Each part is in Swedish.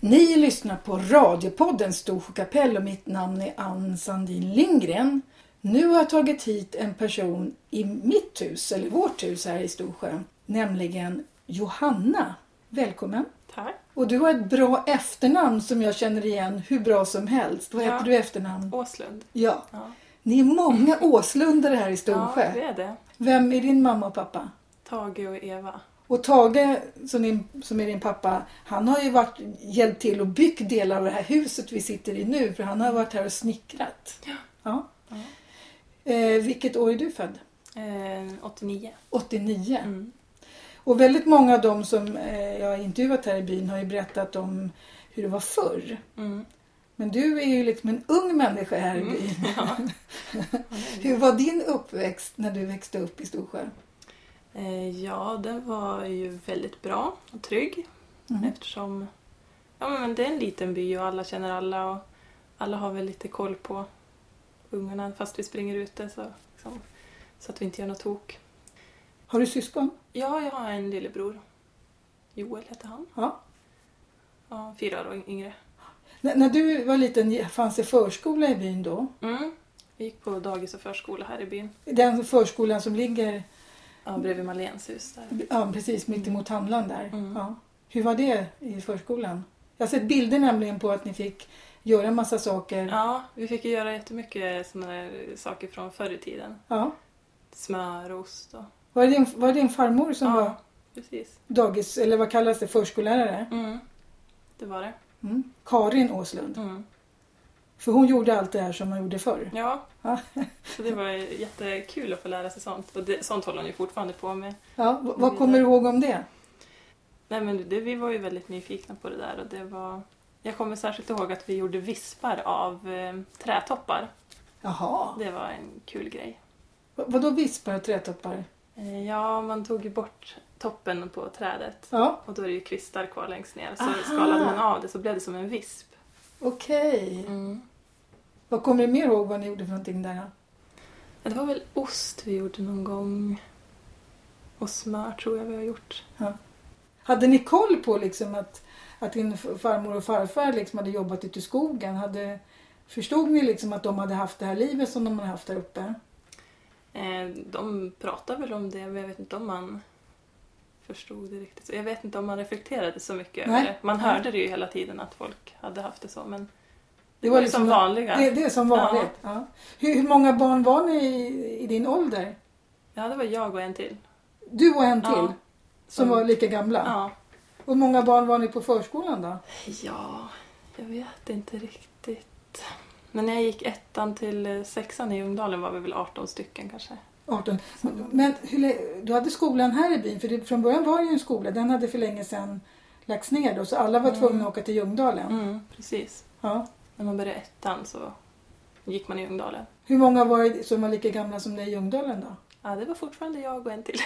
Ni lyssnar på radiopodden Storsjö kapell och mitt namn är Ann Sandin Lindgren. Nu har jag tagit hit en person i mitt hus, eller vårt hus här i Storsjö, nämligen Johanna. Välkommen! Tack. Och du har ett bra efternamn som jag känner igen hur bra som helst. Vad Ja. heter du i efternamn? Åslund. Ja. Ja. Ni är många Åslundare här i Storsjö. ja, det är det. Vem är din mamma och pappa? Tage och Eva. Och Tage, som, din, som är din pappa, han har ju varit, hjälpt till och byggt delar av det här huset vi sitter i nu. För han har varit här och snickrat. Ja. Eh, vilket år är du född? Eh, 89. 89. Mm. Och väldigt många av dem som eh, jag har intervjuat här i byn har ju berättat om hur det var förr. Mm. Men du är ju liksom en ung människa här i byn. Mm. Hur var din uppväxt när du växte upp i Storsjö? Eh, ja, den var ju väldigt bra och trygg Mm. eftersom ja, men det är en liten by och alla känner alla och alla har väl lite koll på ungarna fast vi springer ute så, liksom, så att vi inte gör något tok. Har du syskon? Ja, jag har en lillebror. Joel heter han. Ja. Ja, fyra år yngre. N- när du var liten fanns det förskola i byn då? Mm. Vi gick på dagis och förskola här i byn. Den förskolan som ligger Ja, bredvid Marléns hus där. ja, precis mitt emot handlaren där. Mm. Ja. Hur var det i förskolan? Jag har sett bilder nämligen på att ni fick göra en massa saker. Ja, vi fick ju göra jättemycket sådana där saker från förr i tiden. Ja. Smör och ost och... Var, det din, var det din farmor som ja, var precis. dagis, eller vad kallas det, förskollärare? Mm. Det var det. Mm. Karin Åslund. Mm. För hon gjorde allt det här som man gjorde förr. Ja. Ja. Så det var ju jättekul att få lära sig sånt. Och det, sånt håller hon ju fortfarande på med. Ja, v- Mm. vad kommer du ihåg om det? Nej men det, vi var ju väldigt nyfikna på det där och det var... Jag kommer särskilt ihåg att vi gjorde vispar av eh, trätoppar. Jaha. Det var en kul grej. V- Vadå vispar och trätoppar? Eh, ja, man tog ju bort toppen på trädet. Ja, Och då är det ju kvistar kvar längst ner. Så Aha. skalade man av det så blev det som en visp. okej. Mm. Vad kommer du mer ihåg vad ni gjorde för någonting där? Ja, Det var väl ost vi gjorde någon gång. Och smör tror jag vi har gjort. Hade ni koll på liksom att, att din f- farmor och farfar liksom hade jobbat ute i skogen? Hade, förstod ni liksom att de hade haft det här livet som de hade haft där uppe? Eh, De pratade väl om det men jag vet inte om man förstod det riktigt. Så Jag vet inte om man reflekterade så mycket Nej. över det. Man hörde det ju hela tiden att folk hade haft det så men Det det var var ju liksom- som vanliga. Det, det är som vanligt. Ja. Hur, hur många barn var ni i, i din ålder? Ja, det var jag och en till. Du och en till Ja. som var lika gamla. Ja. Hur många barn var ni på förskolan då? ja, jag vet inte riktigt. Men när jag gick ettan till eh, sexan i Ljungdalen var vi väl 18 stycken kanske. 18. Men hur, lä- du hade skolan här i byn, för det, från början var det ju en skola. Den hade för länge sedan lagts ner då, så alla var tvungna att åka till Ljungdalen. Mm, precis. Ja. När man började ettan så gick man i Ljungdalen. Hur många var det som var lika gamla som ni i Ljungdalen då? Ja, det var fortfarande jag och en till.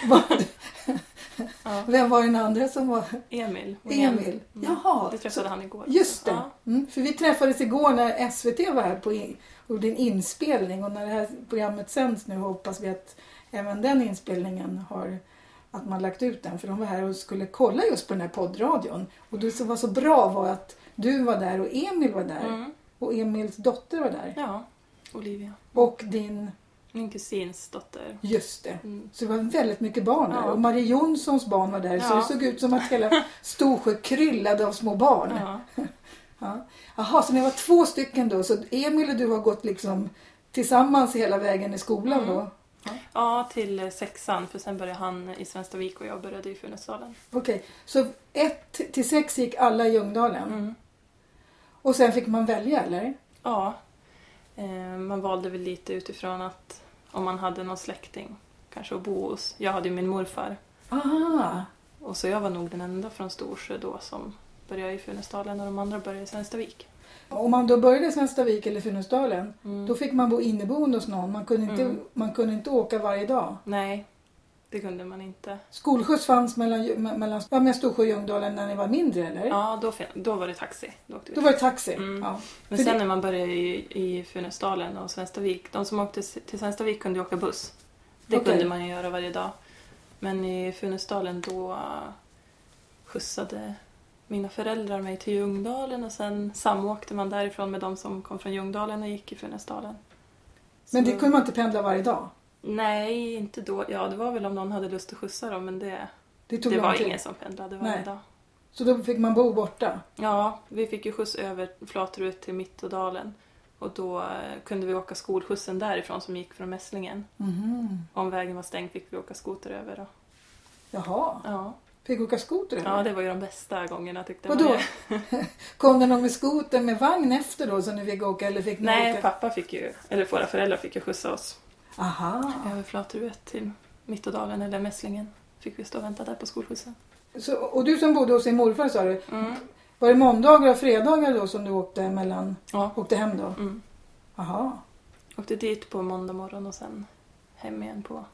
ja, Vem var den andra som var? Emil. och Jenny. Emil. Jaha, Det träffade han igår. just det. Ja. Mm, för vi träffades igår när SVT var här på in, och gjorde en inspelning och när det här programmet sänds nu hoppas vi att även den inspelningen har att man lagt ut den för de var här och skulle kolla just på den här poddradion och det som var så bra var att du var där och Emil var där Mm. och Emils dotter var där ja, Olivia. och din, Min kusins dotter. just det, Mm. Så det var väldigt mycket barn där. Ja. Och Marie Jonssons barn var där. Så Ja. det såg ut som att hela Storsjö kryllade av små barn. Ja. Ja. Jaha, så ni var två stycken då. Så Emil och du har gått liksom tillsammans hela vägen i skolan Mm. då? ja, till eh, sexan för sen började han i Svenstavik och jag började i Funäsdalen. Okej, så ett till sex gick alla i Ljungdalen. Mm. Och sen fick man välja eller? Ja, eh, man valde väl lite utifrån att om man hade någon släkting kanske att bo hos. Jag hade ju min morfar Ah, och så jag var nog den enda från Storsjö då som började i Funäsdalen och de andra började i Svenstavik. om man då började i Svenstavik eller Funäsdalen Mm. då fick man bo inneboende hos någon. Man kunde, inte, Mm. man kunde inte åka varje dag. Nej, det kunde man inte. Skolskjuts fanns mellan, mellan ja, men Storsjö och Ljungdalen när ni var mindre eller? Ja, då, fin- då var det taxi. Då åkte vi. Då var det taxi. Mm. Ja. Men för sen det- när man började i, i Funäsdalen och Svenstavik, de som åkte s- till Svenstavik kunde ju åka buss. Det Okej. kunde man ju göra varje dag. Men i Funäsdalen då eh, äh, skjutsade mina föräldrar mig till Ljungdalen och sen samåkte man därifrån med de som kom från Ljungdalen och gick i Funäsdalen. Men det Så- kunde man inte pendla varje dag. Nej, inte då. Ja, det var väl om någon hade lust att skjutsa dem, men det, Det tog det lång var tid. ingen som pendlade varje Nej. dag. Så då fick man bo borta. Ja, vi fick ju skjuts över Flatorud till Mittådalen och då eh, kunde vi åka skolskjutsen därifrån som gick från Mässlingen. Mhm. Om vägen var stängd fick vi åka skoter över. Och, Jaha. ja. Fick åka skoter? eller? ja, det var ju de bästa gångerna tyckte man Vadå? ju. Kom det någon med skoter med vagn efter då så ni fick åka? Eller fick ni Nej, åka? pappa fick ju, eller våra föräldrar fick ju skjutsa oss Aha. över Flatorud till Mittådalen eller Mässlingen. Fick vi stå och vänta där på skolskjutsen. Så, och du som bodde hos din morfar sa du, Mm. var det måndagar och fredagar då som du åkte, mellan, Ja. åkte hem då? Mm. Aha. Åkte dit på måndag morgon och sen hem igen på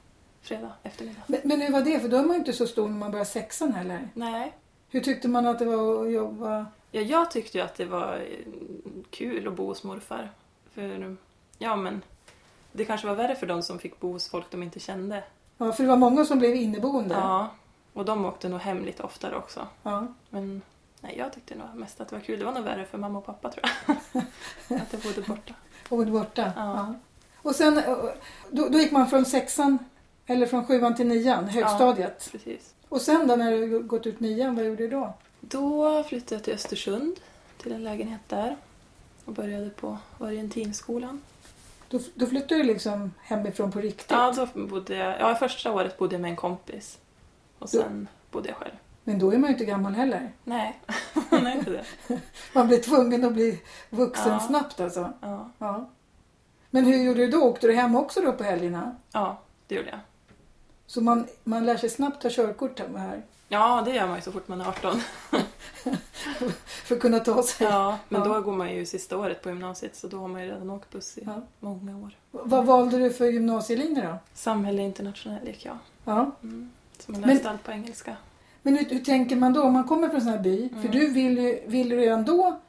fredag eftermiddag. Men, men hur var det? För då är man ju inte så stor när man börjar sexan heller. Nej, Hur tyckte man att det var att jobba? Ja, jag tyckte ju att det var eh, kul att bo hos morfar. För, ja men, det kanske var värre för de som fick bo hos folk de inte kände. Ja, för det var många som blev inneboende. Ja, och de åkte nog hem lite oftare också. Ja. Men nej, jag tyckte nog mest att det var kul. Det var nog värre för mamma och pappa tror jag. att jag bodde borta. Och bodde borta. Ja. Och sen, eh, då, då gick man från sexan, eller från sjuan till nian, högstadiet. Precis. Och sen då när du gått ut nian, vad gjorde du då? Då flyttade jag till Östersund, till en lägenhet där. Och började på orientinskolan. Då, då flyttade du liksom hemifrån på riktigt. Ja, då bodde jag, ja, första året bodde jag med en kompis. Och Du- sen bodde jag själv. Men då är man ju inte gammal heller. Nej, nej inte det. Man blir tvungen att bli vuxen Ja. snabbt alltså. Ja. Ja. Men hur gjorde du då? Åkte du hem också då på helgerna? ja, det gjorde jag. Så man, man lär sig snabbt ta körkort här Ja, det gör man ju så fort man är 18. för att kunna ta sig. Ja, men Ja. då går man ju sista året på gymnasiet så då har man ju redan åkt buss i Ja. många år. Vad valde du för gymnasielinje då? Samhälle internationell gick jag. Ja. Mm. Så man Men- läste allt på engelska. Men hur, hur tänker man då om man kommer från en sån här by? För Mm. du vill ju, vill du redan då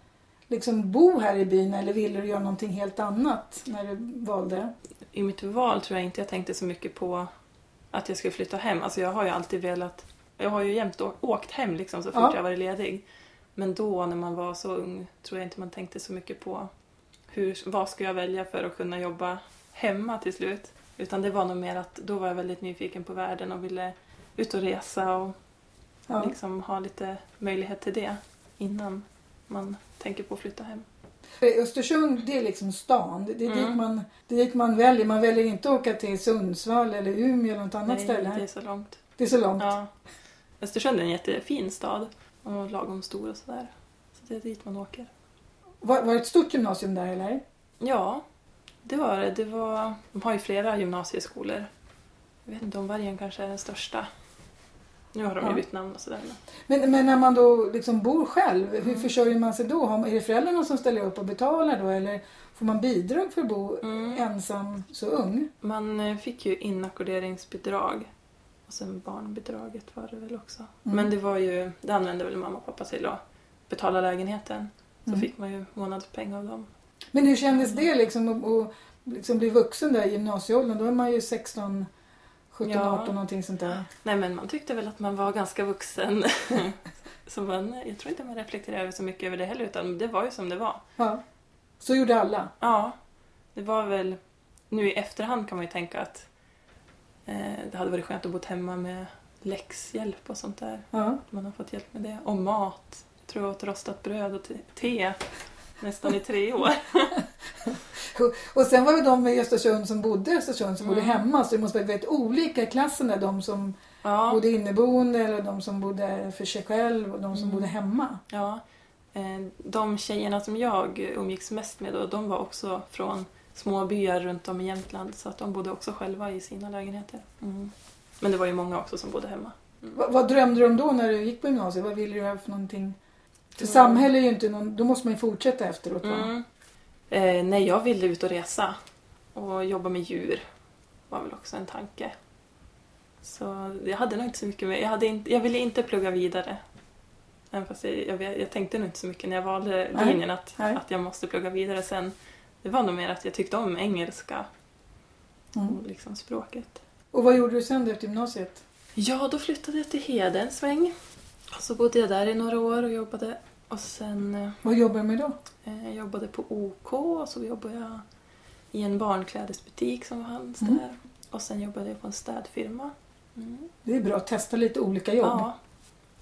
liksom bo här i byn eller ville du göra någonting helt annat när du valde? I mitt val tror jag inte jag tänkte så mycket på att jag skulle flytta hem. Alltså jag har ju alltid velat, jag har ju jämt å- åkt hem liksom så fort Ja. jag varit ledig. Men då när man var så ung tror jag inte man tänkte så mycket på hur, vad ska jag välja för att kunna jobba hemma till slut. Utan det var nog mer att då var jag väldigt nyfiken på världen och ville ut och resa och Ja. liksom ha lite möjlighet till det innan man tänker på att flytta hem. För Östersund det är liksom stan. Det det är, Mm. dit, man, det är dit man väljer. Man väljer inte att åka till Sundsvall eller Umeå eller något annat ställe. det är så långt. Det är så långt. Ja. Östersund är en jättefin stad och lagom stor och sådär. Så det är dit man åker. Var, var det ett stort gymnasium där eller? Ja, det var det. det var, de har ju flera gymnasieskolor. Jag vet inte om Vargen kanske är den största. Nu har de Ja. ju bytt namn och sådär. men- Men, men när man då liksom bor själv, hur Mm. försörjer man sig då? Har- Är det föräldrarna som ställer upp och betalar då eller får man bidrag för att bo ensam så ung? Mm. Mm. Man eh, fick ju inackorderingsbidrag och sen barnbidraget var det väl också. Mm. Men det var ju, det använde väl mamma och pappa till att betala lägenheten. Så Mm. fick man ju månadspeng av dem. Men hur kändes det liksom att att liksom bli vuxen där i gymnasieåldern? Då är man ju 16, 17, Ja. 18 någonting sånt där. Nej men man tyckte väl att man var ganska vuxen. så man, jag tror inte man reflekterade över så mycket över det heller utan det var ju som det var. Ja. Så gjorde alla. Ja, det var väl... Nu i efterhand kan man ju tänka att eh, det hade varit skönt att bo hemma med läxhjälp och sånt där. Ja. Man har fått hjälp med det. Och mat. Jag tror jag åt rostat bröd och te, te nästan i tre år. Och sen var det de i Östersund som bodde i Östersund som bodde Mm. hemma så det måste vara väldigt olika i klassen där. De som Ja, bodde inneboende eller de som bodde för sig själv och de som Mm. bodde hemma. ja. Eh, De tjejerna som jag umgicks mest med då, de var också från små byar runt om i Jämtland så att de bodde också själva i sina lägenheter. Mm. Men det var ju många också som bodde hemma. Vad, vad drömde du om då när du gick på gymnasiet? Vad ville du göra för någonting? För Det var- samhälle är ju inte någon, då måste man ju fortsätta efteråt va? Mm. Eh, nej, jag ville ut och resa och jobba med djur var väl också en tanke. Så jag hade nog inte så mycket med, jag, hade inte, jag ville inte plugga vidare. Även fast jag, jag, vet- jag tänkte nog inte så mycket när jag valde Nej. linjen att, Nej. att jag måste plugga vidare sen. Det var nog mer att jag tyckte om engelska Mm. och liksom språket. Och vad gjorde du sen då efter gymnasiet? Ja, då flyttade jag till Heden sväng Så bodde jag där i några år och jobbade. Och sen eh, Vad jobbar du med då? Eh, Jag jobbade på OK och så jobbade jag i en barnklädesbutik som var hans Mm. där. Och sen jobbade jag på en städfirma. Mm. Det är bra att testa lite olika jobb. Ja.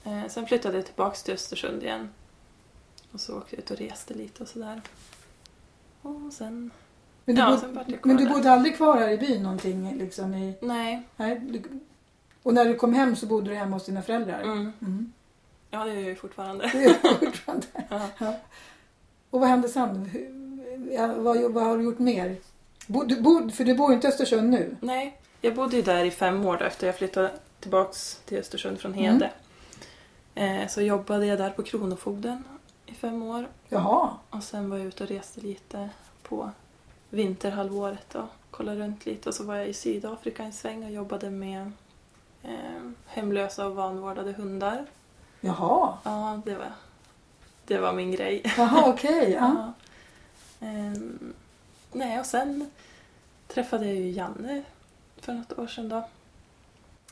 Eh, Sen flyttade jag tillbaka till Östersund igen. Och så åkte jag ut och reste lite och sådär. Och sen... men du, ja, bod, sen vart jag kvar men du där. bodde aldrig kvar här i byn någonting? Liksom, i, Nej. nej, du, och när du kom hem så bodde du hemma hos dina föräldrar? Mm. Mm. Ja, det gör jag ju fortfarande. Det är fortfarande. Ja. Ja. Och vad hände sen? Hur- ja, Vad, vad har du gjort mer? Bo, du, bo, för du bor ju inte i Östersund nu. Nej, jag bodde ju där i fem år då, efter jag flyttade tillbaks till Östersund från Hede. Eh, Så jobbade jag där på Kronofogden i fem år. Jaha. Och sen var jag ute och reste lite på vinterhalvåret då. kollade runt lite och så var jag i Sydafrika en sväng och jobbade med eh, hemlösa och vanvårdade hundar. Jaha. Ja, det var, det var min grej. Jaha, okej. Ja. Ja. Ehm, nej, och sen träffade jag ju Janne för något år sedan då.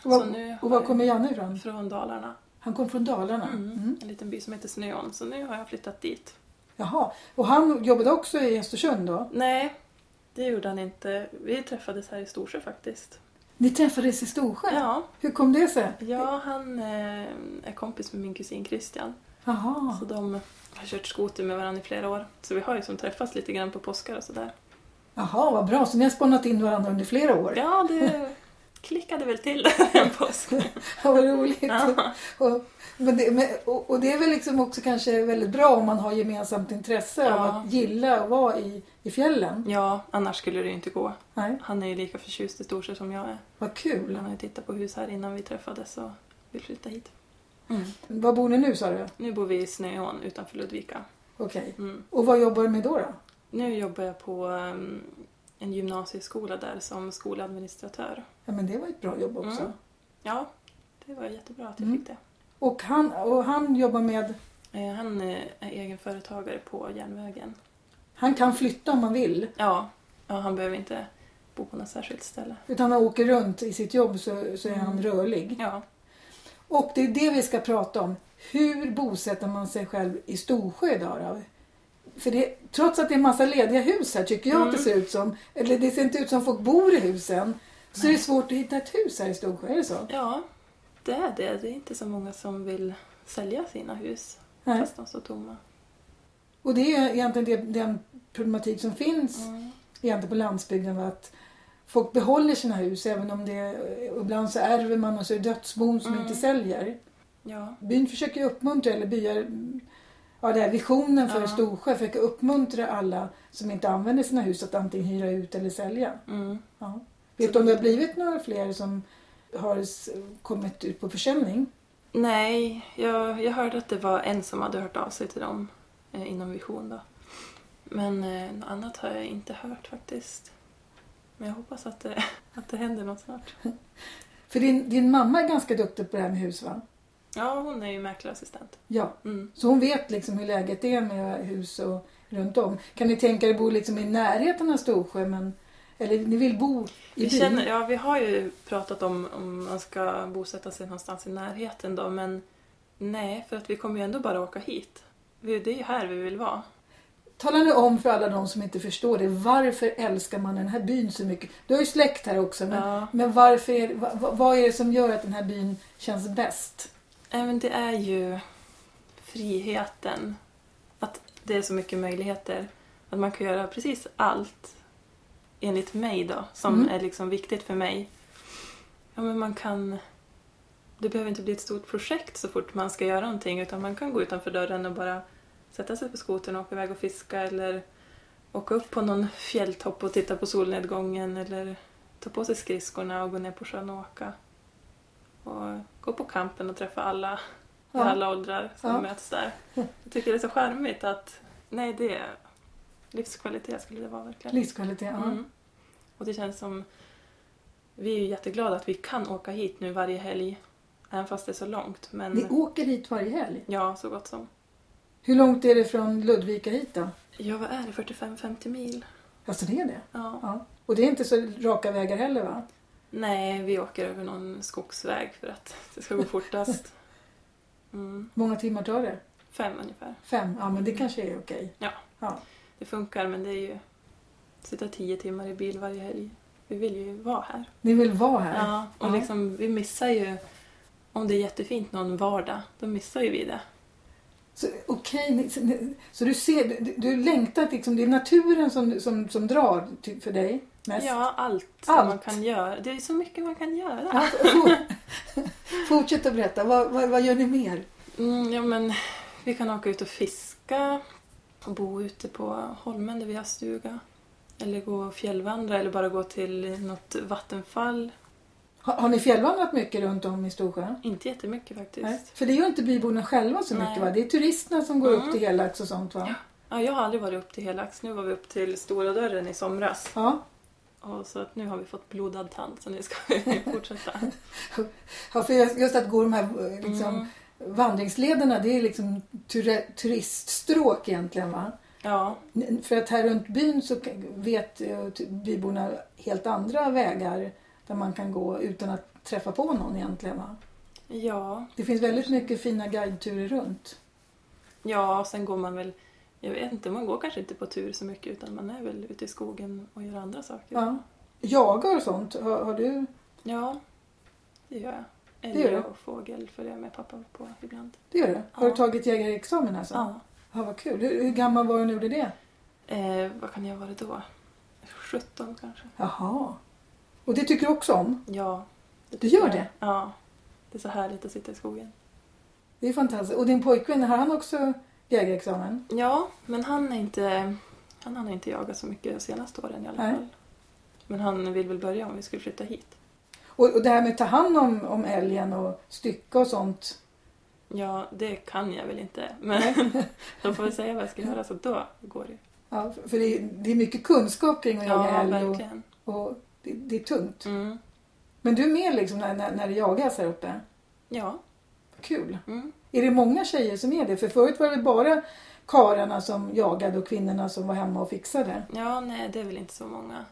Och var- så nu Och har var jag- kommer Janne ifrån? Från Dalarna. Han kom från Dalarna. Mm. Mm. En liten by som heter Snöån. Så nu har jag flyttat dit. Jaha. Och han jobbade också i Östersund då? Nej, det gjorde han inte. Vi träffades här i Storsjö faktiskt. Ni träffades i Storsjö? Ja, Hur kom det sig? ja han eh, är kompis med min kusin Christian. Jaha. Så de har kört skoter med varandra i flera år. Så vi har ju som träffats lite grann på påskar och sådär. Jaha, vad bra. Så ni har spannat in varandra under flera år? Ja, det klickade väl till en påsk. Ja, vad roligt. Ja. Och, men det, men, och, och det är väl liksom också kanske väldigt bra om man har gemensamt intresse av Ja. att gilla att vara i, i fjällen. Ja, annars skulle det ju inte gå. Nej, Han är ju lika förtjust i Storsjö som jag är. vad kul. Han har ju tittat på hus här innan vi träffades och vill flytta hit. Mm. Var bor ni nu sa du? Nu bor vi i Snöån utanför Ludvika. Okej. Mm. Och vad jobbar du med då? då? Nu jobbar jag på ehm, en gymnasieskola där som skoladministratör. Ja, men det var ett bra jobb också. Mm. Ja, det var jättebra att jag Mm. fick det. Och, han, och han jobbar med... Eh, Han eh, är egenföretagare på järnvägen. Han kan flytta om han vill. Ja, ja han behöver inte bo på något särskilt ställe. Utan han åker runt i sitt jobb så, så är han Mm. rörlig. Ja, Och det är det vi ska prata om. Hur bosätter man sig själv i Storsjö idag då? För det, trots att det är massa lediga hus här tycker jag att det Mm. ser ut som. Eller det ser inte ut som folk bor i husen. Så Nej. det är svårt att hitta ett hus här i Storsjö, är det så? ja det är det. Det är inte så många som vill sälja sina hus Nej. fast de står tomma. Och det är ju egentligen det, den problematik som finns Mm. egentligen på landsbygden var att folk behåller sina hus även om det och ibland så ärver man och så är det dödsbon som Mm. inte säljer. Ja. Byn försöker ju uppmuntra, eller byar, ja den här visionen för Ja. Storsjö försöker uppmuntra alla som inte använder sina hus att antingen hyra ut eller sälja. Mm. Ja. Vet du om det har blivit några fler som har s- kommit ut på försäljning? Nej, jag, jag hörde att det var en som hade hört av sig till dem eh, inom Vision då. Men eh, något annat har jag inte hört faktiskt. Men jag hoppas att det, att det händer något snart. För din, din mamma är ganska duktig på det här med hus va? Ja, hon är ju mäklarassistent. Ja. Mm. Så hon vet liksom hur läget är med hus och runt om. Kan ni tänka er att bo liksom i närheten av Storsjö? Men, eller ni vill bo i Vi, byn? känner, ja, vi har ju pratat om om man ska bosätta sig någonstans i närheten då, men nej, för att vi kommer ju ändå bara åka hit. Vi- Det är ju här vi vill vara. Tala nu om för alla de som inte förstår det. Varför älskar man den här byn så mycket? Du har ju släkt här också. Men, Ja. men varför är, va, va- vad är det som gör att den här byn känns bäst? Nej, men det är ju friheten. Att det är så mycket möjligheter. Att man kan göra precis allt, enligt mig då, som Mm. är liksom viktigt för mig. Ja, men man kan... Det behöver inte bli ett stort projekt så fort man ska göra någonting utan man kan gå utanför dörren och bara sätta sig på skotern och åka iväg och fiska eller åka upp på någon fjälltopp och titta på solnedgången eller ta på sig skridskorna och gå ner på sjön och åka. Och gå på kampen och träffa alla i Ja. alla åldrar som Ja. möts där. Jag tycker det är så charmigt att, nej det är livskvalitet skulle det vara verkligen. Livskvalitet. Ja. Mm. Och det känns som, vi är ju jätteglada att vi kan åka hit nu varje helg, även fast det är så långt. Ni Men åker hit varje helg. ja, så gott som. Hur långt är det från Ludvika hit då? Ja, vad är det, 45-50 mil? Alltså det är det? Ja. Ja. Och det är inte så raka vägar heller va? Nej, vi åker över någon skogsväg för att det ska gå fortast. Mm. Hur många timmar tar det? Fem ungefär. Fem? Ja, men det Mm. kanske är okej. Det funkar men det är ju... Sitta tio timmar i bil varje helg. Vi vill ju vara här. Ni vill vara här? Ja, och Ja. liksom vi missar ju... Om det är jättefint någon vardag, då missar ju vi det. Så, okej, ni- så, ni- så du ser, du, du längtar, liksom, det är naturen som, som, som drar till, för dig mest? Ja, allt som Allt. man kan göra. Det är så mycket man kan göra. Ja, for- Fortsätt att berätta, vad, vad, vad gör ni mer? Mm, ja, men vi kan åka ut och fiska och bo ute på holmen där vi har stuga. Eller gå och fjällvandra eller bara gå till något vattenfall. Har, har ni fjällvandrat mycket runt om i Storsjö? Inte jättemycket faktiskt. Nej. För det gör inte byborna själva så Nej. mycket va? Det är turisterna som går Mm. upp till Helax och sånt va? Ja, jag har aldrig varit upp till Helax. Nu var vi upp till Stora dörren i somras. Ja. Och så att nu har vi fått blodad tand så nu ska vi fortsätta. ja, för just just att gå de här eh, liksom, Mm. vandringslederna det är liksom tur- turiststråk egentligen va? Ja, N- För att här runt byn så k- vet eh, ty- byborna helt andra vägar där man kan gå utan att träffa på någon egentligen va? ja, Det finns väldigt mycket fina guideturer runt. ja. och Sen går man väl, jag vet inte, man går kanske inte på tur så mycket utan man är väl ute i skogen och gör andra saker. Ja. Jagar och sånt, har, har du? Ja, det gör jag. Det gör Älg och fågel följer jag med pappa på ibland. Det gör du? Har Ja. du tagit jägarexamen alltså? Ja. Ja, vad kul. Hur, hur gammal var du när du gjorde det? Eh, vad kan jag vara då? 17 kanske? Jaha. Och det tycker du också om? Ja. Det Du tycker gör jag. det? Ja. Det är så härligt att sitta i skogen. Det är fantastiskt. Och din pojkvän, har han också jägarexamen? Ja, men han är inte... Han har inte jagat så mycket de senaste åren i alla Nej. fall. Men han vill väl börja om vi skulle flytta hit. Och, och det här med att ta hand om, om älgen och stycka och sånt. Ja, det kan jag väl inte. Men de får väl säga vad jag ska göra så då går det. Ja, för det är, det är mycket kunskap kring att jaga Ja, älg och, verkligen. och det, det är tungt. Mm. Men du är med liksom när, när, när det jagas här uppe? Ja. Kul. Mm. Är det många tjejer som är det? För förut var det bara karlarna som jagade och kvinnorna som var hemma och fixade. Ja, nej, det är väl inte så många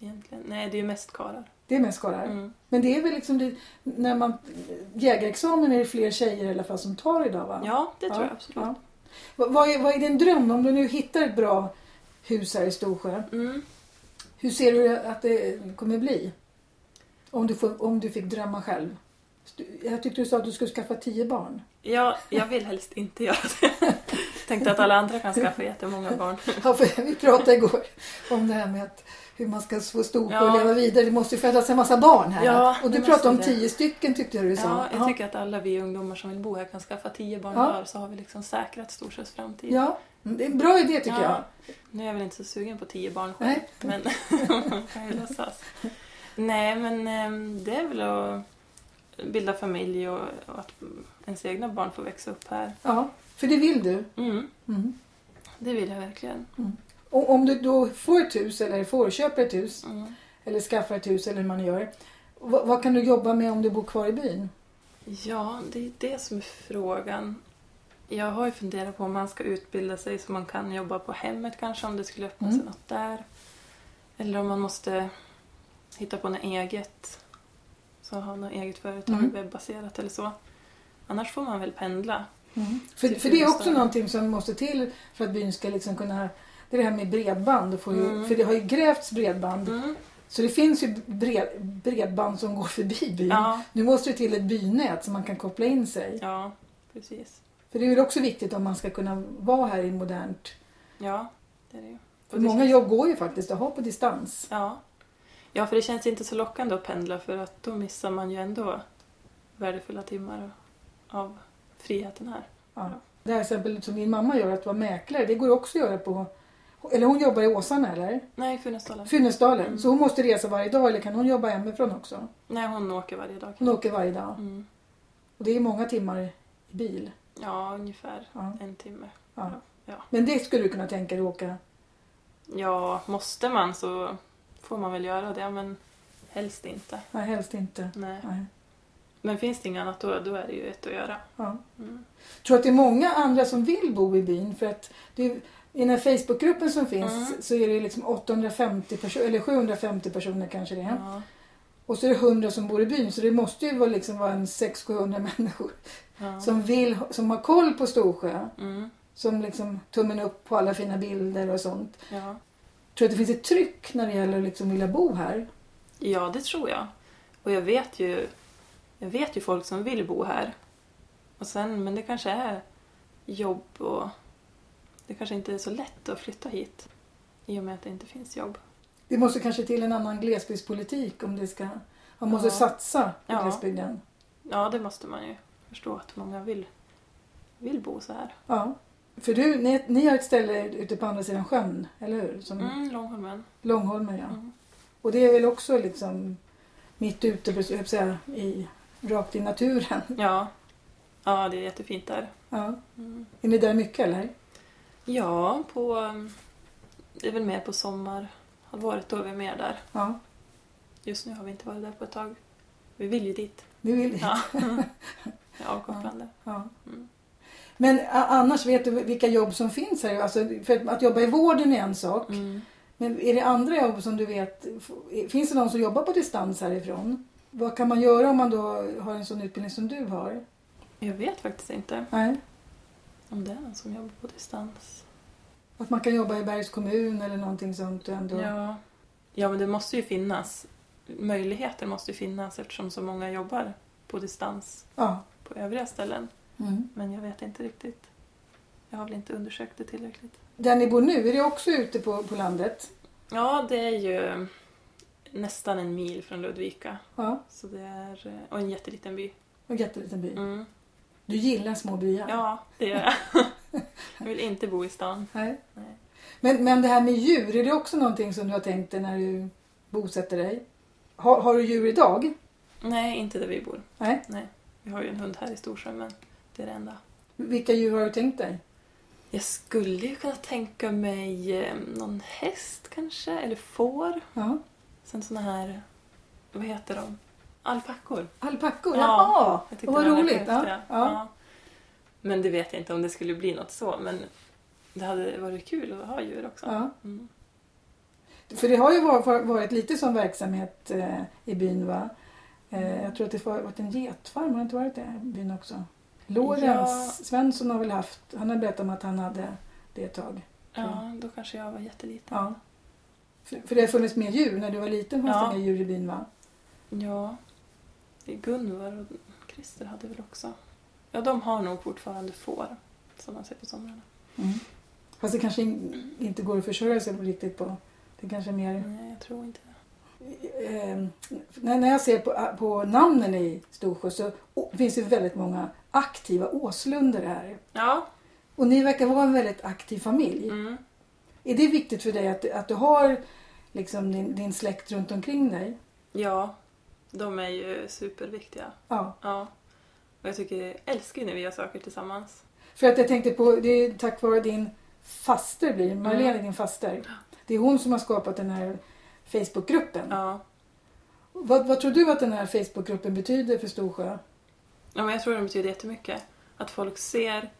egentligen. Nej, det är ju mest karlar. Det är mest karlar. Mm. Men det är väl liksom det, när man jägarexamen är det fler tjejer i alla fall som tar idag va? Ja, det tror Ja, jag absolut. ja. Va- Vad, är, vad är din dröm om du nu hittar ett bra hus här i Storsjö? Mm. Hur ser du att det kommer bli? Om du, får, om du fick drömma själv. St- Jag tyckte du sa att du skulle skaffa tio barn. Ja, jag vill helst inte göra det. Tänkte att alla andra kan skaffa jättemånga barn. Ja, för vi pratade igår om det här med att hur man ska få Storsjö Ja. att leva vidare. Det måste ju födas en massa barn här. Ja, och det du måste pratade om det. tio stycken tyckte jag du sa. Ja, jag Ja. tycker att alla vi ungdomar som vill bo här kan skaffa tio barn Ja. var så har vi liksom säkrat Storsjös framtid. ja. Mm, Det är en bra idé tycker Ja. jag. Nu är jag väl inte så sugen på tio barn själv, Nej. men man kan ju låtsas. Nej, men ehm, det är väl att bilda familj och och att ens egna barn får växa upp här. Ja, för det vill du. Mm, Mm. det vill jag verkligen. Och om du då får ett hus eller får köpa ett hus Mm. eller skaffar ett hus eller hur man gör. Vad, vad kan du jobba med om du bor kvar i byn? Ja, det är det som är frågan. Jag har ju funderat på om man ska utbilda sig så man kan jobba på hemmet kanske om det skulle öppna sig Mm. något där. Eller om man måste hitta på något eget. Så ha något eget företag Mm. webbaserat eller så. Annars får man väl pendla. För, Typ för det är också huvudstaden. någonting som måste till för att byn ska liksom kunna... Det är det här med bredband. Och få ju, Mm. För det har ju grävts bredband. Mm. Så det finns ju bred, bredband som går förbi byn. Ja, Nu måste det till ett bynät som man kan koppla in sig. ja, precis. För det är väl också viktigt om man ska kunna vara här i modernt... Ja, det är det ju. För Och det många jobb går ju faktiskt att ha på distans. Ja. ja, för det känns inte så lockande att pendla för att då missar man ju ändå värdefulla timmar av friheten här. Ja. Det här exempel som min mamma gör, att vara mäklare, det går ju också att göra på... Eller hon jobbar i Åsarna eller? Nej, Funäsdalen. Funäsdalen. Mm. Så hon måste resa varje dag eller kan hon jobba hemifrån också? Nej, hon åker varje dag. Hon åker varje dag. Mm. Och det är många timmar i bil. Ja, ungefär Ja. en timme. Ja. Ja. Men det skulle du kunna tänka dig att åka? Ja, måste man så får man väl göra det, men helst inte. Nej, helst inte. Nej. Nej. Men finns det inget annat då, då är det ju ett att göra. Ja. Mm. tror att det är många andra som vill bo i byn för att det, är- i den här Facebookgruppen som finns Mm. så är det liksom 850 personer, eller 750 personer kanske det är. Ja. Och så är det 100 som bor i byn så det måste ju vara, liksom vara en 600-700 människor Ja. Som, vill, som har koll på Storsjö. Mm. Som liksom tummen upp på alla fina bilder och sånt. Ja. Tror du att det finns ett tryck när det gäller att liksom vilja bo här? ja, det tror jag. Och jag vet ju, jag vet ju folk som vill bo här. Och sen, men det kanske är jobb och det kanske inte är så lätt att flytta hit i och med att det inte finns jobb. Det måste kanske till en annan glesbygdspolitik om det ska... Man måste Ja. satsa på Ja. glesbygden. Ja, det måste man ju förstå att många vill, vill bo så här. Ja. För du, ni, ni har ett ställe ute på andra sidan sjön, eller hur? Som Mm, Långholmen. Långholmen, ja. Mm. Och det är väl också liksom mitt ute, på- jag höll på att säga, i, rakt i naturen. Ja. ja, det är jättefint där. Ja. Mm. Är ni där mycket eller? Ja, på, um, det är väl mer på sommarhalvåret då är vi mer där. Ja. Just nu har vi inte varit där på ett tag. Vi vill ju dit. Ni vill ja. Ja. Det är avkopplande. Mm. Men a- annars vet du vilka jobb som finns här? Alltså, för att jobba i vården är en sak. Mm. Men är det andra jobb som du vet? f- Finns det någon som jobbar på distans härifrån? Vad kan man göra om man då har en sån utbildning som du har? Jag vet faktiskt inte Nej. om det är någon som jobbar på distans. Att man kan jobba i Bergs kommun eller någonting sånt och ändå. Ja. ja, men det måste ju finnas. Möjligheter måste ju finnas eftersom så många jobbar på distans ja. på övriga ställen. Mm. Men jag vet inte riktigt. Jag har väl inte undersökt det tillräckligt. Där ni bor nu, är det också ute på, på landet? Ja, det är ju nästan en mil från Ludvika. Ja. Så det är, eh, och en jätteliten by. En jätteliten by. Mm. Du gillar små byar? Ja, det gör jag. Jag vill inte bo i stan. Nej. Nej. Men, men det här med djur, är det också någonting som du har tänkt dig när du bosätter dig? Har, har du djur idag? Nej, inte där vi bor. Nej. Vi har ju en hund här i Storsjön, men det är det enda. Vilka djur har du tänkt dig? Jag skulle ju kunna tänka mig eh, någon häst kanske, eller får. Ja. Sen såna här, vad heter de? Alpackor. Alpackor? Ja, Ja. Jag Jaha! tyckte Vad de lät roligt! Ja. häftiga. Ja. Men det vet jag inte om det skulle bli något så, men det hade varit kul att ha djur också. Ja. Mm. För det har ju varit, varit lite sån verksamhet eh, i byn va? Eh, jag tror att det har varit en getfarm, har det inte varit det i byn också? Lorenz Svensson har väl haft, han har berättat om att han hade det ett tag. ja, då kanske jag var jätteliten. Ja. För, för det har funnits mer djur, när du var liten fanns Ja. det mer djur i byn va? Ja, det är Gunvar och Christer hade väl också. Ja, de har nog fortfarande får som man ser på somrarna. Mm. Fast det kanske in, inte går att försörja sig riktigt på. Det kanske är mer... Nej, jag tror inte det. Eh, när, när jag ser på, ah, på namnen i Storsjö så å- finns det väldigt många aktiva Åslunder här. Ja, Och ni verkar vara en väldigt aktiv familj. mm. Är det viktigt för dig att, att du har liksom din, din släkt runt omkring dig? ja, de är ju superviktiga. Ja. Ja. Och jag tycker, jag älskar ju när vi gör saker tillsammans. För att jag tänkte på, det är tack vare din faster blir det. Marlene Mm. är din faster. Det är hon som har skapat den här Facebookgruppen. Ja. Vad, vad tror du att den här Facebookgruppen betyder för Storsjö? ja, men jag tror det betyder jättemycket. Att folk ser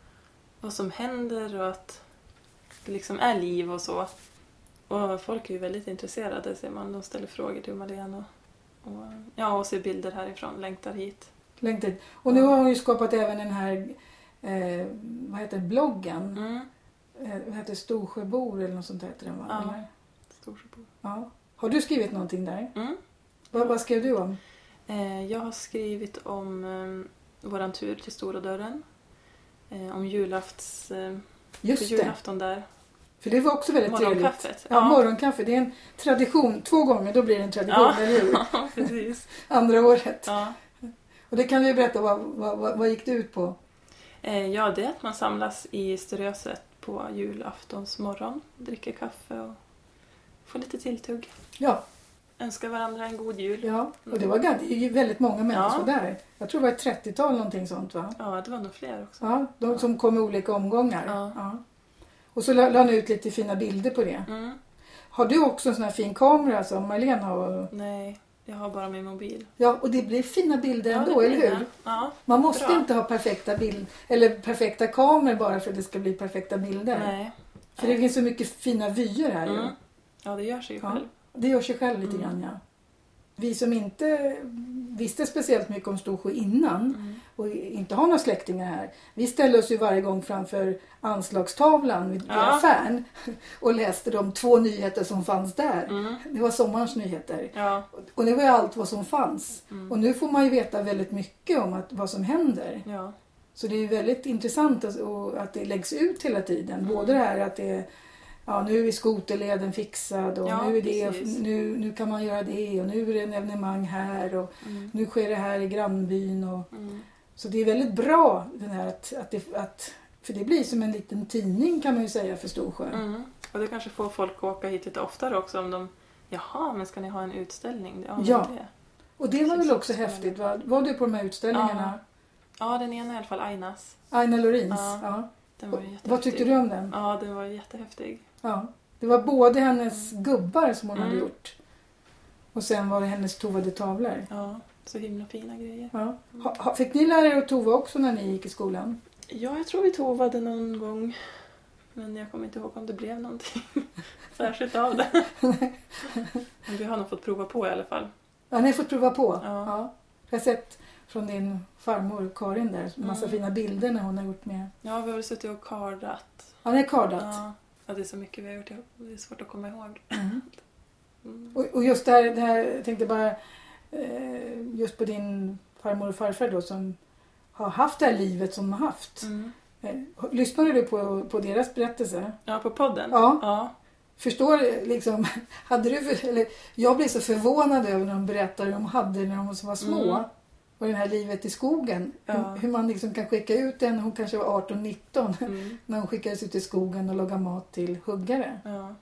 vad som händer och att det liksom är liv och så. Och folk är ju väldigt intresserade ser man. De ställer frågor till Malena och, och, ja, och ser bilder härifrån, längtar hit. LinkedIn. Och nu har hon ju skapat även den här eh, vad heter det, bloggen. Mm. Eh, vad heter det? Storsjöbor eller något sånt heter den va? Ja. Eller? Storsjöbo. ja. Har du skrivit någonting där? Mm. Vad, vad skrev du om? Eh, jag har skrivit om eh, våran tur till Stora dörren. Eh, om julafts, eh, på Just det. julafton där. För det var också väldigt trevligt. Morgonkaffet. Ja, morgonkaffe. Det är en tradition. Två gånger, då blir det en tradition, Ja. eller hur? Ja, precis. Andra året. Ja. Och det kan du ju berätta, vad, vad, vad, vad gick det ut på? Eh, ja, det är att man samlas i Ströset på julaftonsmorgon, dricker kaffe och får lite tilltugg. Ja, Önskar varandra en god jul. ja. och det var gan- det är ju väldigt många människor Mm. Ja. där. Jag tror det var ett 30-tal någonting sånt va? Ja, det var nog fler också. Ja, de som kom i olika omgångar. Ja. Och så la, la ni ut lite fina bilder på det. Mm. Har du också en sån här fin kamera som Marlena har? Nej, jag har bara min mobil. Ja, och det blir fina bilder Ja, ändå, det eller blir det. hur? Ja, Man måste Bra. inte ha perfekta bild eller perfekta kameror bara för att det ska bli perfekta bilder. nej. För det finns så mycket fina vyer här ju. Mm. Ja, det gör sig ju Ja. själv. Det gör sig själv lite Mm. grann ja. Vi som inte visste speciellt mycket om Storsjö innan Mm. och inte har några släktingar här. Vi ställde oss ju varje gång framför anslagstavlan vid Ja. affären och läste de två nyheter som fanns där. Mm. Det var sommarens nyheter. Ja, Och det var ju allt vad som fanns. Mm. Och nu får man ju veta väldigt mycket om att, vad som händer. ja. Så det är ju väldigt intressant att, och att det läggs ut hela tiden. Mm. Både det här att det är Ja, nu är skoterleden fixad och Ja, nu, är det, precis. nu, nu kan man göra det och nu är det en evenemang här och Mm. nu sker det här i grannbyn. Och, Mm. så det är väldigt bra den här att, att, det, att för det blir som en liten tidning kan man ju säga för Storsjö. Mm. Och det kanske får folk att åka hit lite oftare också om de Jaha, men ska ni ha en utställning? Ja, men Ja. det. Och det var väl Precis. också häftigt? Va? Var du på de här utställningarna? ja, den ena i alla fall, Ainas. Aina Lorins? Ja. Ja. Den var ju jättehäftig. Vad tyckte du om den? Ja, den var jättehäftig. Ja. Det var både hennes gubbar som hon hade Mm. gjort och sen var det hennes tovade tavlor. Ja, så himla fina grejer. Ja. Ha, ha, fick ni lära er att tova också när ni gick i skolan? Ja, jag tror vi tovade någon gång. Men jag kommer inte ihåg om det blev någonting särskilt av det. men vi har nog fått prova på i alla fall. Ja, ni får prova på. Ja. Jag har sett från din farmor Karin där, massa Mm. fina bilder när hon har gjort med... Ja, vi har väl suttit och kardat. Ja, ni har kardat. Ja. ja, det är så mycket vi har gjort. jag- Det är svårt att komma ihåg. Mm. Och, och just det här, det här, jag tänkte bara eh, just på din farmor och farfar då som har haft det här livet som de har haft. Mm. Eh, lyssnade du på, på deras berättelse? Ja, på podden? Ja. ja. Förstår liksom, hade du, för- eller, jag blir så förvånad över när de berättar hur de hade det när de var små. Mm. Och det här livet i skogen. Ja. Hur, hur man liksom kan skicka ut en, hon kanske var 18-19, Mm. när hon skickades ut i skogen och lagade mat till huggare. ja.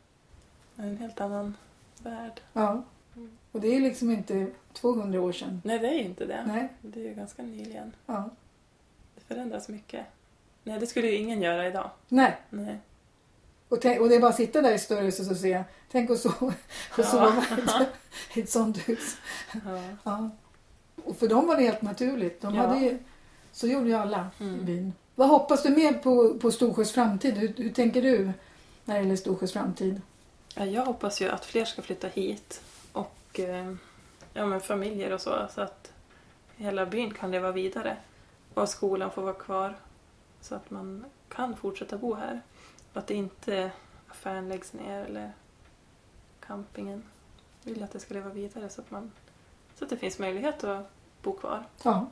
Det är En helt annan värld. Ja. Mm. Och det är liksom inte 200 år sedan. Nej, det är ju inte det. Nej. Det är ju ganska nyligen. Ja. Det förändras mycket. Nej, det skulle ju ingen göra idag. Nej. Nej. Och, tänk, och det är bara att sitta där i större huset och se. Tänk att sova, och sova i ett sånt hus. Ja. Ja. Och för dem var det helt naturligt. De Ja. hade ju, så gjorde ju alla i Mm. byn. Vad hoppas du mer på, på Storsjös framtid? Hur, hur tänker du när det gäller Storsjös framtid? Ja, jag hoppas ju att fler ska flytta hit och eh, ja, men familjer och så, så att hela byn kan leva vidare och skolan får vara kvar så att man kan fortsätta bo här. Och att inte affären läggs ner eller campingen. Jag vill att det ska leva vidare så att, man, så att det finns möjlighet att bo kvar. Ja.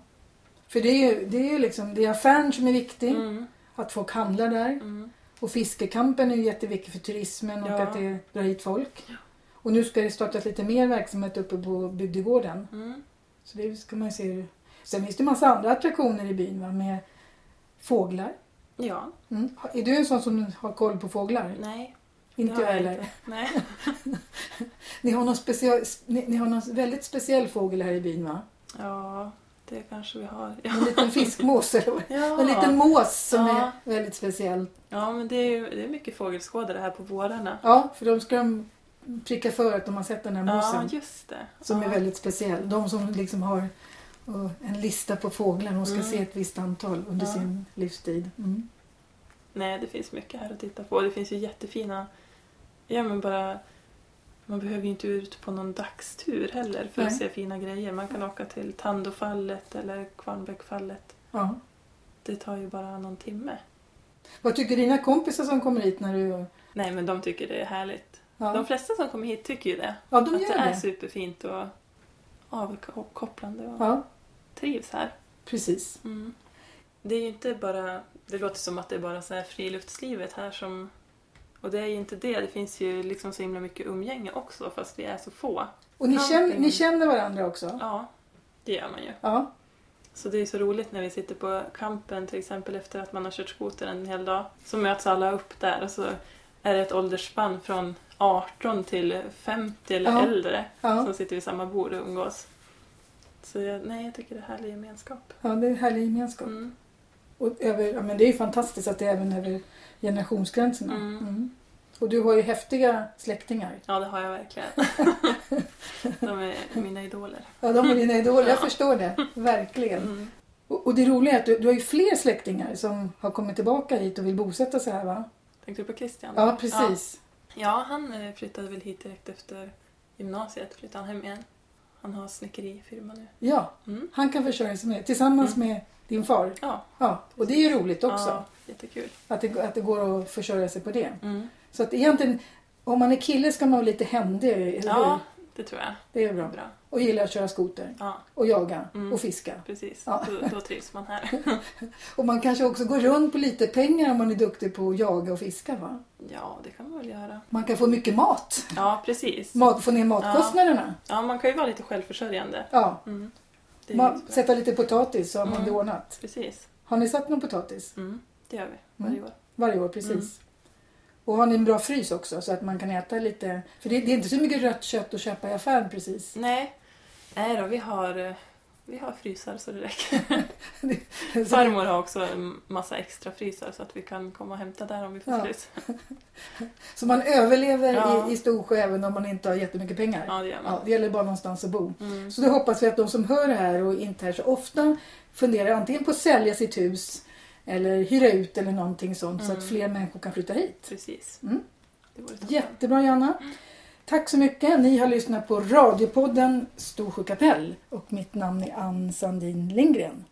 För det är ju det är ju liksom, det är affären som är viktig, Mm, att folk handlar där. mm, Och fiskekampen är ju jätteviktig för turismen och Ja. att det drar hit folk. Och nu ska det startas lite mer verksamhet uppe på bygdegården. mm. Så det ska man ju se. hur- Sen finns det massa andra attraktioner i byn va? med fåglar. Ja, Mm. Är du en sån som har koll på fåglar? nej. Inte det har jag heller. inte. Nej. Ni har, någon speciell, ni, ni har någon väldigt speciell fågel här i byn va? Ja, det kanske vi har. En liten fiskmås eller vad? Ja. En liten mås som Ja. är väldigt speciell. Ja, men det är ju det är mycket fågelskådare här på vårarna. Ja, för de ska de pricka för att de har sett den här Ja, måsen. just det. som ja. är väldigt speciell. De som liksom har eh, en lista på fåglar. De ska Mm. se ett visst antal under Ja. sin livstid. Mm. Nej, det finns mycket här att titta på. Det finns ju jättefina... Ja, men bara... Man behöver ju inte ut på någon dagstur heller för att Nej. se fina grejer. Man kan åka till Tandofallet eller Kvarnbäckfallet. Ja. Det tar ju bara någon timme. Vad tycker dina kompisar som kommer hit när du... Nej, men de tycker det är härligt. Ja, De flesta som kommer hit tycker ju det. ja de att gör det är det. superfint och avkopplande och Ja, trivs här. precis. Mm. Det är ju inte bara, det låter som att det är bara så här friluftslivet här som, och det är ju inte det, det finns ju liksom så himla mycket umgänge också fast vi är så få. Och ni Ja, känner, mm. ni känner varandra också? Ja, det gör man ju. Ja. Så det är ju så roligt när vi sitter på campen till exempel efter att man har kört skoter en hel dag. Så möts alla upp där och så är det ett åldersspann från 18 till 50 eller Ja. äldre Ja, som sitter vid samma bord och umgås. Så jag, nej, jag tycker det är härlig gemenskap. ja det är en härlig gemenskap. Mm. Och över, ja, men det är ju fantastiskt att det är även över generationsgränserna. Mm. Och du har ju häftiga släktingar. Ja, det har jag verkligen. De är mina idoler. Ja, de är dina idoler. Jag förstår det. Verkligen. Mm. Och, och det roliga är att du, du har ju fler släktingar som har kommit tillbaka hit och vill bosätta sig här va? Tänkte du på Christian? Ja, precis. Ja, ja han eh, flyttade väl hit direkt efter gymnasiet. Flyttade han hem igen. Han har snickerifirma nu. Ja, Mm. han kan försörja sig med tillsammans med din far. Ja, Ja, och det är ju roligt också. Mm. Ja, jättekul. Att, det, att det går att försörja sig på det. Mm. Så att egentligen, om man är kille ska man vara lite händig, eller Ja, hur? det tror jag. Det är Det bra. är bra. Och gilla att köra skoter. Ja, Och jaga. Mm. Och fiska. precis. Ja. Då, då trivs man här. Och man kanske också går runt på lite pengar om man är duktig på att jaga och fiska va? Ja, det kan man väl göra. Man kan få mycket mat. Ja, precis. mat få ner matkostnaderna. Ja, man kan ju vara lite självförsörjande. Ja. Mm. Det är Ma- jättebra. sätta lite potatis så har man Mm. det ordnat. Precis. Har ni satt någon potatis? Mm. Det gör vi varje år. Mm. Varje år, precis. Och har ni en bra frys också så att man kan äta lite? För det, det är inte så mycket rött kött att köpa i affären precis. Nej, Nej då, vi har, eh, vi har frysar så det räcker. Så- Farmor har också en massa extra frysar så att vi kan komma och hämta där om vi får Ja. frys. så man överlever Ja. i, i Storsjö även om man inte har jättemycket pengar. Ja, det gör man. Ja, det gäller bara någonstans att bo. Mm. Så då hoppas vi att de som hör det här och inte är så ofta funderar antingen på att sälja sitt hus eller hyra ut eller någonting sånt så Mm. att fler människor kan flytta hit. Precis. Mm. Det vore toppen. Jättebra Janna. Tack så mycket. Ni har lyssnat på radiopodden Storsjö kapell och mitt namn är Ann Sandin Lindgren.